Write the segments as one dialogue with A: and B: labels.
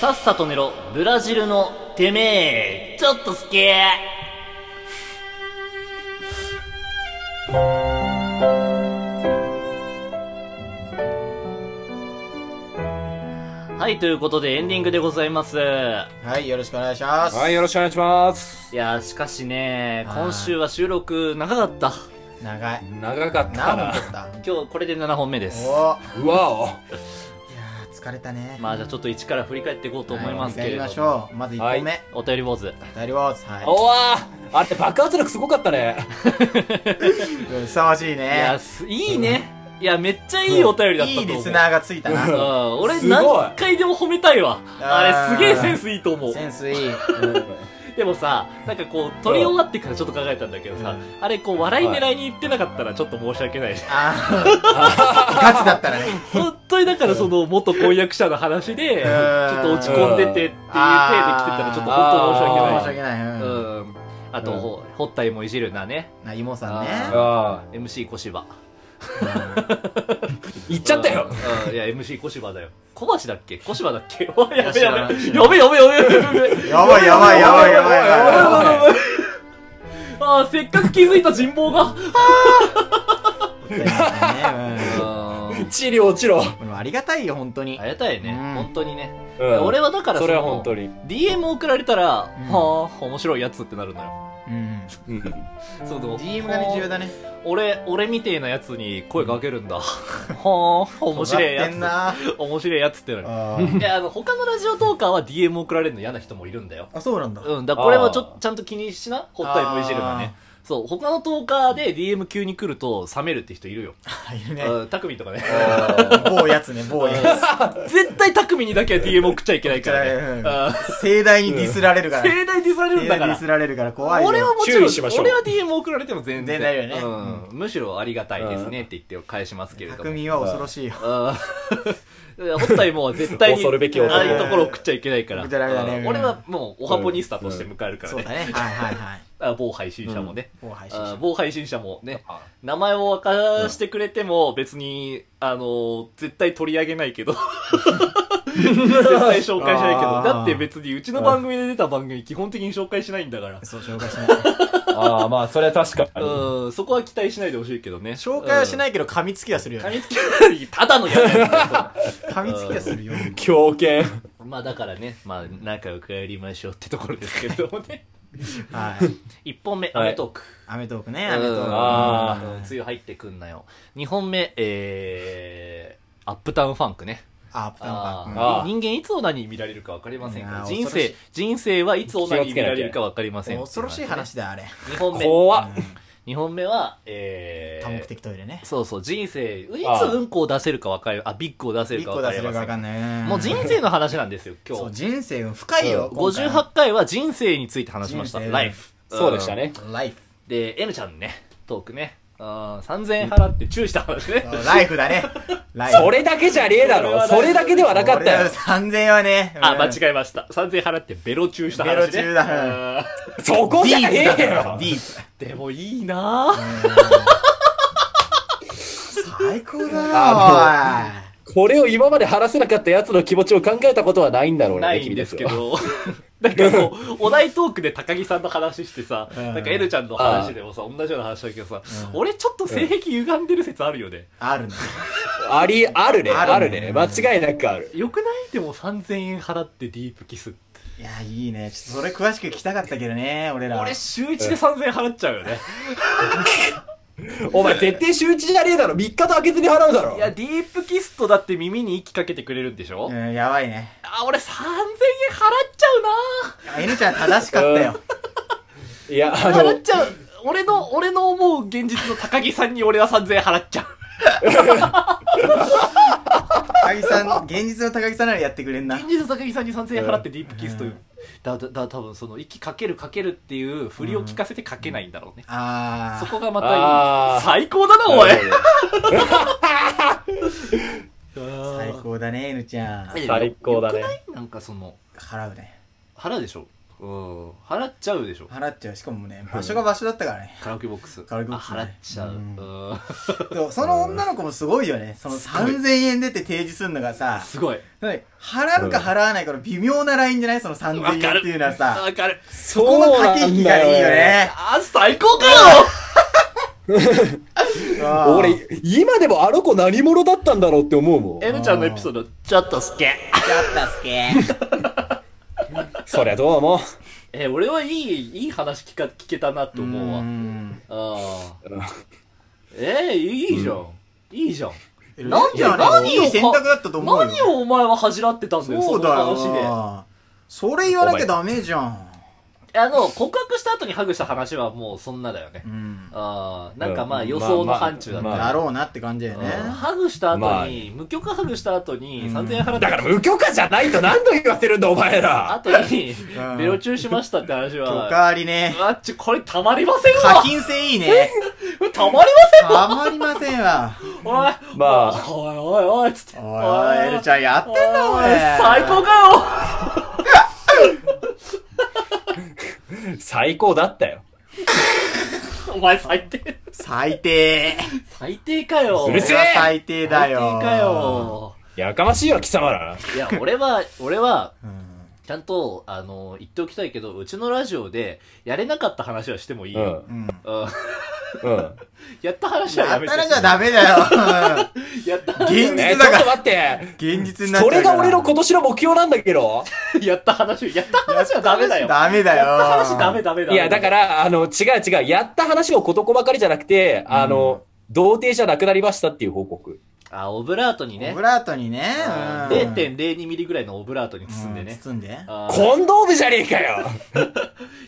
A: さっさと寝ろ、ブラジルのてめえ、ちょっとすけはい、ということでエンディングでございます。い
B: はい、よろしくお願いします。
C: はい、よろしくお願いします。
A: やー、しかしね、
B: あー
A: 今週は収録長かった。
B: 長い。
C: 長かった
B: 何
C: な
B: 本撮。った
A: 今日これで7本目です。
B: お
C: うわ
B: お。いやー、疲れたね。
A: まあじゃあちょっと一から振り返っていこうと思いますけれど
B: は
A: も。
B: いやりましょう。まず1本目。
A: お便り坊主。
B: ダリボーズ。は
C: お。おわーあれ、爆発力すごかったね。
B: い。ふさわしい
A: いや、
B: ね。
A: すいいね。いや、めっちゃいいお便りだったと
B: いい
A: 思う。
B: リスナーがついた
C: う
B: な。
A: うん俺
C: すごい
A: 何回でも褒めたいわ。あ
B: あー
A: れすげえセンスいいと思う。
B: センスい い。
A: でもさ、なんかこう、撮り終わってからちょっと考えたんだけどさ、あれこう、笑い狙いに行ってなかったらちょっと申し訳ないし。
B: あーガチだったらね。
A: 本当にだからその、元婚約者の話で、ちょっと落ち込んでてっていう体で来てたらちょっと
C: うん
A: 本当
B: 申
A: 申
B: し
A: し訳ない。
B: 訳ない。
A: う
B: うん。
A: ん。あと、ほほったりもいじるなね。
B: な、イモさん
A: あ
B: ね。
C: ああ、
A: MC 小芝。
C: 言っちゃったよ。
A: うん。うんいや、MC 小芝だよ。小橋だっけ小芝だっけ おいやべ
B: 知
A: や
B: ら
A: べ。
B: な
A: や
B: い
A: べやべやべやべやべ。
B: やばいやばいやばいやばいやばい。
A: あーせっかく気づいた人望が。
B: ねうん
C: 地理落ちろ。
B: これもありがたいよ、本当に。
A: ありがたいね。
B: うん
A: 本当にね。
C: うん
A: 俺はだから
C: それは
A: の
C: 本当に。
A: DM 送られたら、
B: うん
A: はあ、面白いやつってなるのよ。
B: うん。
C: うん
A: その
B: DM がね、重要だね。
A: 俺、俺みてえなやつに声かけるんだ。はあ、面白い
B: 尖って
A: や
B: んな
A: つ。面白いやつってなる。
B: あ
A: いや、あの、他のラジオトーカーは DM 送られるの嫌な人もいるんだよ。
B: あ、そうなんだ。
A: うん、だからこれはちょ
C: あー
A: ちゃんと気にしな。ほったりもいじるのね。そう、他のトーカーで DM 急に来ると冷めるって人いるよ。
B: いるね。
A: うん、たくみとかね。
B: 某やつね、某やつ。
A: 絶対たくみにだけは DM 送っちゃいけないからね。
B: うん
A: うん
B: 盛大にディスられるから。
A: 盛大にディスられるん
B: 盛
A: だ
B: 大
A: か
B: にデ
A: ら
B: ィス。られるから怖いよ。
A: 俺はもちろ
C: 注
A: ん、
C: 意しましょう
A: 俺は DM 送られても全然。
B: 全然だよね
A: うんむしろありがたいですねって言って返しますけれども。うん。
B: 匠は恐ろしいよ。
A: 本体もう絶対に、
C: 恐るべき
A: あ
C: 男
A: あいうところ送っちゃいけないから。
B: 送っちゃダメだね
A: うん俺はもう、オハポニスタとして迎えるから
B: そうだ
A: ね。
B: ね。はいはいはい。
A: あ某配信者もね。
B: 某配信
A: あ
B: 者。
A: 某配信者もね、名前を明かしてくれても別に、あの、絶対取り上げないけど。絶対紹介しないけど。
B: あー
A: だって別にうちの番組で出た番組基本的に紹介しないんだから。
B: そう、紹介しない。
C: ああ、まあ、それは確かに。
A: うん、そこは期待しないでほしいけどね。
B: 紹介はし
A: い。
B: ないけど、噛みつきはするよ
A: 噛
B: ね。
A: みつきは、ただのやつだよ
B: 噛みつきはするよ。
C: 狂犬。
A: それ まあだからね、まあ仲良くやりましょうってところですけれども ね。
B: はい。
A: 1本目、ア
C: はい
A: メトーク。
B: アメトークね、アメト
A: うん
C: あ
A: うん梅
B: ーク。
A: 雨入ってくんなよ。2本目、えー、アップタウンファンクね。
B: あ、プタンパン。
C: あ
A: あー
C: ー
A: 人間いつオナニー見られるかわかりませんから。
B: うん
A: 人
B: 恐ろし
A: 生
B: い、
A: 人生はいつオナニー見られるかわかりません。
B: 恐ろしい話だよ、あれ。
A: 2本目、
C: 怖っ。
A: 二本目は、えー、
B: 多目的トイレね。
A: そうそう、人生、い
C: あ
A: つ
C: ー
A: うんこを出せるかわかる、あ、ビッグを出せる
B: 一
A: か
B: 個
A: わか
B: 出
A: り
B: せ
A: ま
B: るか
A: せん
B: わかんないね。
A: もう人生の話なんですよ、今
B: そう、
A: 日。
B: 人生深いよ。今回
A: 58回は人生について話しました。
B: 人生
A: ライフ。
C: そうでしたね。
B: ライフ。
A: で、N ちゃんね、トークね。あー3000円払ってチューした話ね。
B: ライフだね。ライフ。
C: それだけじゃねえだろ。それだけではなかったよ。
B: 3000円はね。
A: あ、間
B: え
A: 違えました。3000円払ってベロチューした話ね。
B: ベロチューだ
A: あ
C: そこじゃねえよ。
B: ディー
A: ーでもいいなぁ。
B: プ。最高だよ、
C: これを今まで話せなかったやつの気持ちを考えたことはないんだろうね、
A: ないんですけど。 なんかこう、お題トークで高木さんの話してさ、
B: ん
A: なんか N ちゃんの話でもさ、同じような話だけどさ、俺ちょっと性癖歪んでる説あるよね。
B: あるね。
C: あり、あるね、
B: ある
C: ある
B: ね
C: ね。間違いなくある。
A: よくないでも3000円払ってディープキスって。
B: いや、いいね。ちょっとそれ詳しく聞きたかったけどね、俺ら。
A: 俺週1で3000円払っちゃうよね。
C: お前、絶対周知じゃねえだろ。3日と開けずに払うだろ
A: い。や、ディープキストだって耳に息かけてくれるんでしょ、
B: うん、やばいね。
A: あ、俺3000円払っちゃうな
B: N ちゃん正しかったよ。
C: いや、あ
A: 払っ
C: の、
A: ちゃう。俺の、俺の思う現実の高木さんに俺は3000円払っちゃう。
B: 高木さん、現実の高木さんならやってくれんな
A: 現。実の高木さんに3000円払ってディープキスト。だ、だ、だ、多分その、息かけるかけるっていう振りを聞かせてかけないんだろうね。
B: あ
A: そ
B: ー。
A: こがまたい
C: あ
A: い。
C: ー
A: 最高だな、おい
B: 最高だね、N ちゃん。
C: 最高だね
A: よくないなんかその、
B: 払うね。
A: 払うでしょうん。払っちゃうでしょ。
B: 払っちゃうしかもね場所が場所だったからね、
A: カラオケボックス。
B: カラオケボックスね
A: あ払っちゃう。う
B: うん
A: ん。
B: でもその女の子もすごいよねその3000円出て提示するのがさ
A: すごい。
B: なんで払うか払わないかの微妙なラインじゃないその3000円っていうのはさ
A: わかる。
C: そ
B: この駆け引きがいいよね
A: あー、最高かよ
B: うん
C: 俺、今でもあの子何者だったんだろうって思うもん。
A: N ちゃんのエピソード、ちょっと好き。
B: ちょっとすけ。
C: そりゃどうも。
A: え、俺はいい、いい話聞か、聞けたなって思うわ。
B: ん。
A: ああ。えー、いいじゃん。いいじゃん。
B: なんで
A: いや
B: 何
A: 何を
B: いい選択だったと思うよ。
A: 何をお前は恥じらってたんだよ、
B: そうだ
A: の話で。
B: よ。それ言わなきゃダメじゃん。
A: あの、告白した後にハグした話はもうそんなだよね
B: う。ん。
A: ああ、なんかまあ予想の範疇だった。
C: まあ
B: だろうなって感じだよね。
A: うんハグした後に、
C: まあ
A: 無許可ハグした後に
B: うん
A: 3000円払っ
C: だか
A: た
C: ら無許可じゃないと何度言わせるんだお前ら。
A: 後に、
B: うん
A: ベロチューしましたって話
B: おか
A: は、
B: わりね。
A: あっち、これたまりません
B: 課
A: わ
B: 金制いいね。
A: たまりま
B: たまりませんわ。
A: せんわ
C: ま
A: おい
C: あ、
A: おいおいおいつって。
B: おいおい、エルちゃんやってんだお
A: お
B: い
A: い。最高かよ
C: 最高だったよ。
A: お前最低。
B: 最低。
A: 最低かよ
C: うるせえ
B: 最低だよ。
A: 最低か。よ
C: やかましいわ、貴様ら。
A: いや、俺は、俺は、
B: うん。
A: ちゃんと、あの、言っておきたいけど、うちのラジオで、やれなかった話はしてもいいうよ。
C: ん。
B: う
A: う
B: ん。
A: ん。
C: うん。
A: やった話は
B: や
A: や
B: っ
A: めて。
B: たらじゃダ メだよ。
A: やった
B: うん現実
C: ねちょ
B: だ
C: っと
B: か
C: 待って。
B: ら。現実になっちゃ
C: そう
B: から。
C: れが俺の今年の目標なんだけど。
A: やった話、やった話はダメだよ。
B: ダメだよ。
A: やった話ダメダメだ。
C: いや、だからら、あの、違う違う。やった話を事細かりじゃなくて、あの、童貞じゃなくなりましたっていう報告。
A: あ、オブラートに
B: オ
A: ね
B: ブ。ラートにね。
A: あ
B: うん
A: ー0.02ミリぐらいのオブラートに包んで
B: う
A: ね。
B: 包んで。
A: あー
C: コンドームじゃねえかよ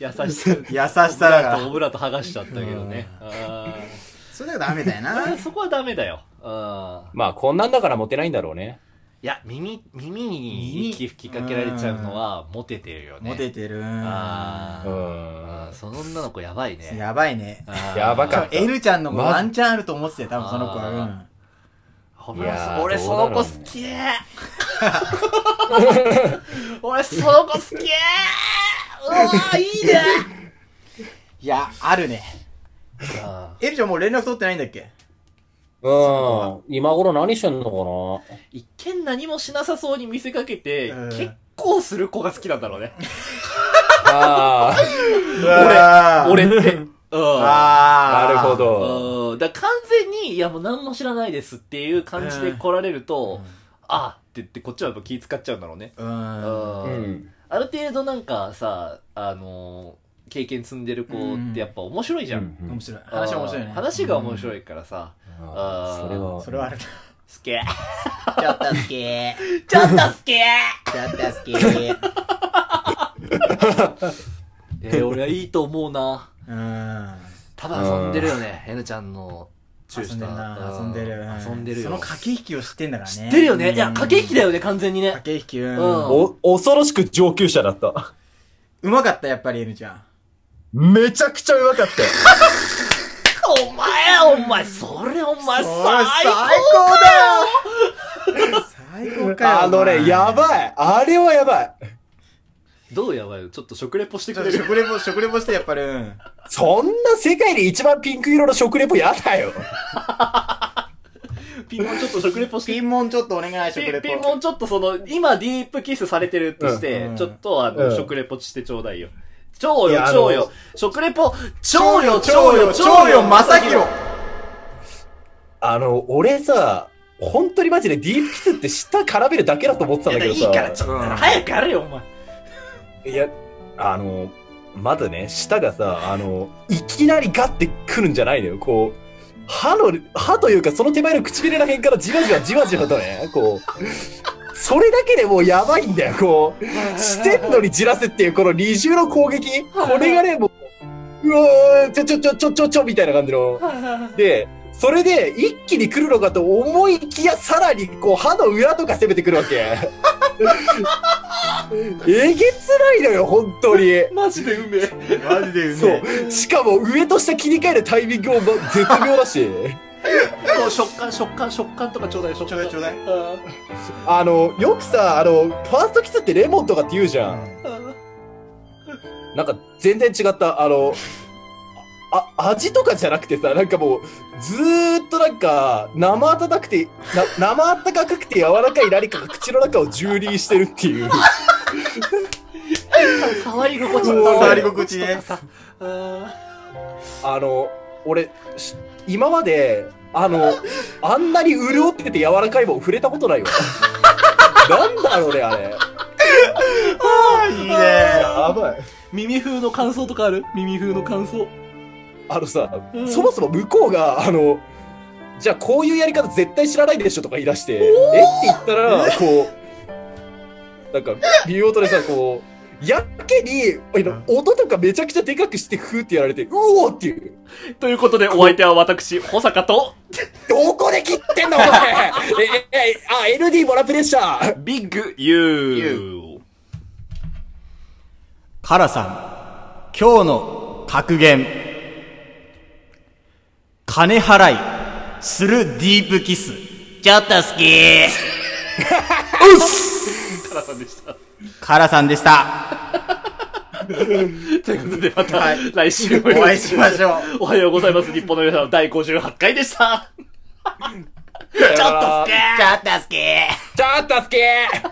A: 優しさ。優
B: 優しさだから。
A: オブラート剥がしちゃったけどね。あ
B: それだからダメだよな。
A: ーそこはダメだよ。うん
C: まあ、こんなんだからモテないんだろうね。
A: いや、耳、耳に
B: 耳
A: 息吹きかけられちゃうのは、モテてるよね。
B: モテてる。
A: あ
C: う
A: ー
C: ん
A: あー。その女の子やばいね。
B: やばいね。
C: やばかっ
B: エルちゃんの子
C: まず
B: ワンチャンあると思ってたよ、多分その子は。う
A: あ
B: ん
A: た
C: いやー
A: 俺、
C: どう
A: そ
C: だろ
A: の
C: うね
A: 子好き ー俺、その子好きーうわー、いいね
B: いや、あるね。
A: あ
B: エルちゃんもう連絡取ってないんだっけ
C: うん。今頃何してんのか
A: ー一見何もしなさそうに見せかけて、
B: うん
A: 結構する子が好きなんだろうね。
C: なああ。
B: 俺
A: 俺って。うん。
B: あー
C: なるほ。ど。
A: うんだから完全に、いやもう何も知らないですっていう感じで来られると、あーって言ってこっちはやっぱ気使っちゃうんだろうね。
B: うん。
A: う
C: うんん。
A: ある程度なんかさ、あのー経験積んでる子ってやっぱ面白いじゃん。
B: 面白い。
A: あー
B: 話は面白いね。
A: 話が面
B: い。
A: 白いからさ、
C: あーそれは。
B: それはある。ち
A: すげえ。
B: ょっと好き。ち
A: ちょっとすげえ
B: ょっと好き。
A: えー俺はいいと思うな。
B: うん。
A: ただ遊んでるよね、N ちゃんのチュー
B: 遊
A: し
B: んで
A: た
B: るな。遊んでる。
A: 遊んでるよ。
B: その駆け引きを知ってんだからね。
A: 知ってるよね。いや、
B: うん
A: 駆け引きだよね、完全にね。
B: 駆け引き、う
A: うん
B: ん。
C: お、恐ろしく上級者だった。
B: うまかった、やっぱり、エルちゃん。
C: めちゃくちゃうまかったよ。
A: お前、お前、それお前、最
B: お
A: 高
B: い最高だよ最高かよ。
C: あのね、や
B: い。
C: ばい。あれはやばい。
A: どうやばいのちょっと食レポして
B: ちょ
A: く
B: っ
A: れ
B: と
A: る
B: 食レポ、食レポして、やっぱり、うん。
C: そんな世界で一番ピンク色の食レポやだよ。
A: ピンポンちょっと食レポして
B: ピンモンちょっとお願い、
A: ピ
B: 食レポ。
A: ピンもちょっとその、今ディープキスされてるとして、
B: うん
A: ちょっとあの、
C: うん
A: 食レポしてちょうだいよ。超
C: い
A: よ
C: や、あの
A: 超よ。食レポ、超
B: 超
A: よ、
B: よ、
A: 超
B: 超
A: よ、
B: よ、
A: 超
B: 超
A: よ、
B: よ、
A: ま
B: ま
A: さ
B: さ
A: き
B: き
A: ろ
B: ろ。
C: あの、俺さ、本当にマジでディープキスって舌絡めるだけだと思ってたんだけど
A: い
C: さ。
A: いから、ちょっと、
B: うん
A: 早くやれよ、お前。
C: いや、あの、まずね、舌がさ、あの、いきなりガッてくるんじゃないのよ。こう、歯の、歯というかその手前の唇ら辺からじわじわじわじわとね、こう、それだけでもうやばいんだよ、こう、してんのにじらすっていうこの二重の攻撃、これがね、もう、うわー、ちょちょちょちょちょちょみたいな感じの。で、それで一気に来るのかと思いきや、さらにこう歯の裏とか攻めてくるわけ。えげつないのよ、本当に。
A: マジでうめえ。
B: マジでう
C: そ
B: めえ。
C: う。しかも、上と下切り替えるタイミングも絶妙だし、
A: もう食感、食感、食感とかちょうだい、食
B: ちょうだ
A: 感。
B: い、ちょうだい。
C: あの、よくさ、あの、ファーストキスってレモンとかって言うじゃん。
A: うん
C: なんか全然違った、あの、あ、あ味とかじゃなくてさ、なんかもう、ずーっとなんか、生温かくて、な生温かくて柔らかい何かが口の中を蹂躙してるっていう。
A: 触り心地
C: うわ
B: 触り心地ね。
A: あ
C: あの、俺、し今まで、あの、あんなに潤ってて柔らかいもん触れたことないわ。なんだろうね、あれ。
B: あいいね。
C: やばい。
A: ー耳風の感想とかある耳風の感想。
C: あのさ、
A: うん
C: そもそも向こうが、あの、じゃあこういうやり方絶対知らないでしょとか言い出して、えって言ったら、こう、なんか、リオートでさ、こう、やけに、あの音とかめちゃくちゃでかくして、ふーってやられて、うおーっていう。
A: ということで、お相手は私、保坂と、
C: どこで切ってんだ、お 前え、え、え、あ、LD ボラプレッシャー
A: ビッグ U!
B: カラさん、今日の格言。金払い、するディープキス。ちょっと好き。
A: カラさんでした。
B: カラさんでした。
A: ということで、また、
B: はい
A: 来週
B: お会いしまし ょう。
A: おはようございます。日本の皆さん、第58回でした。
C: ちょっと
A: 助け
B: ちょっと好き。
C: ちょっと好き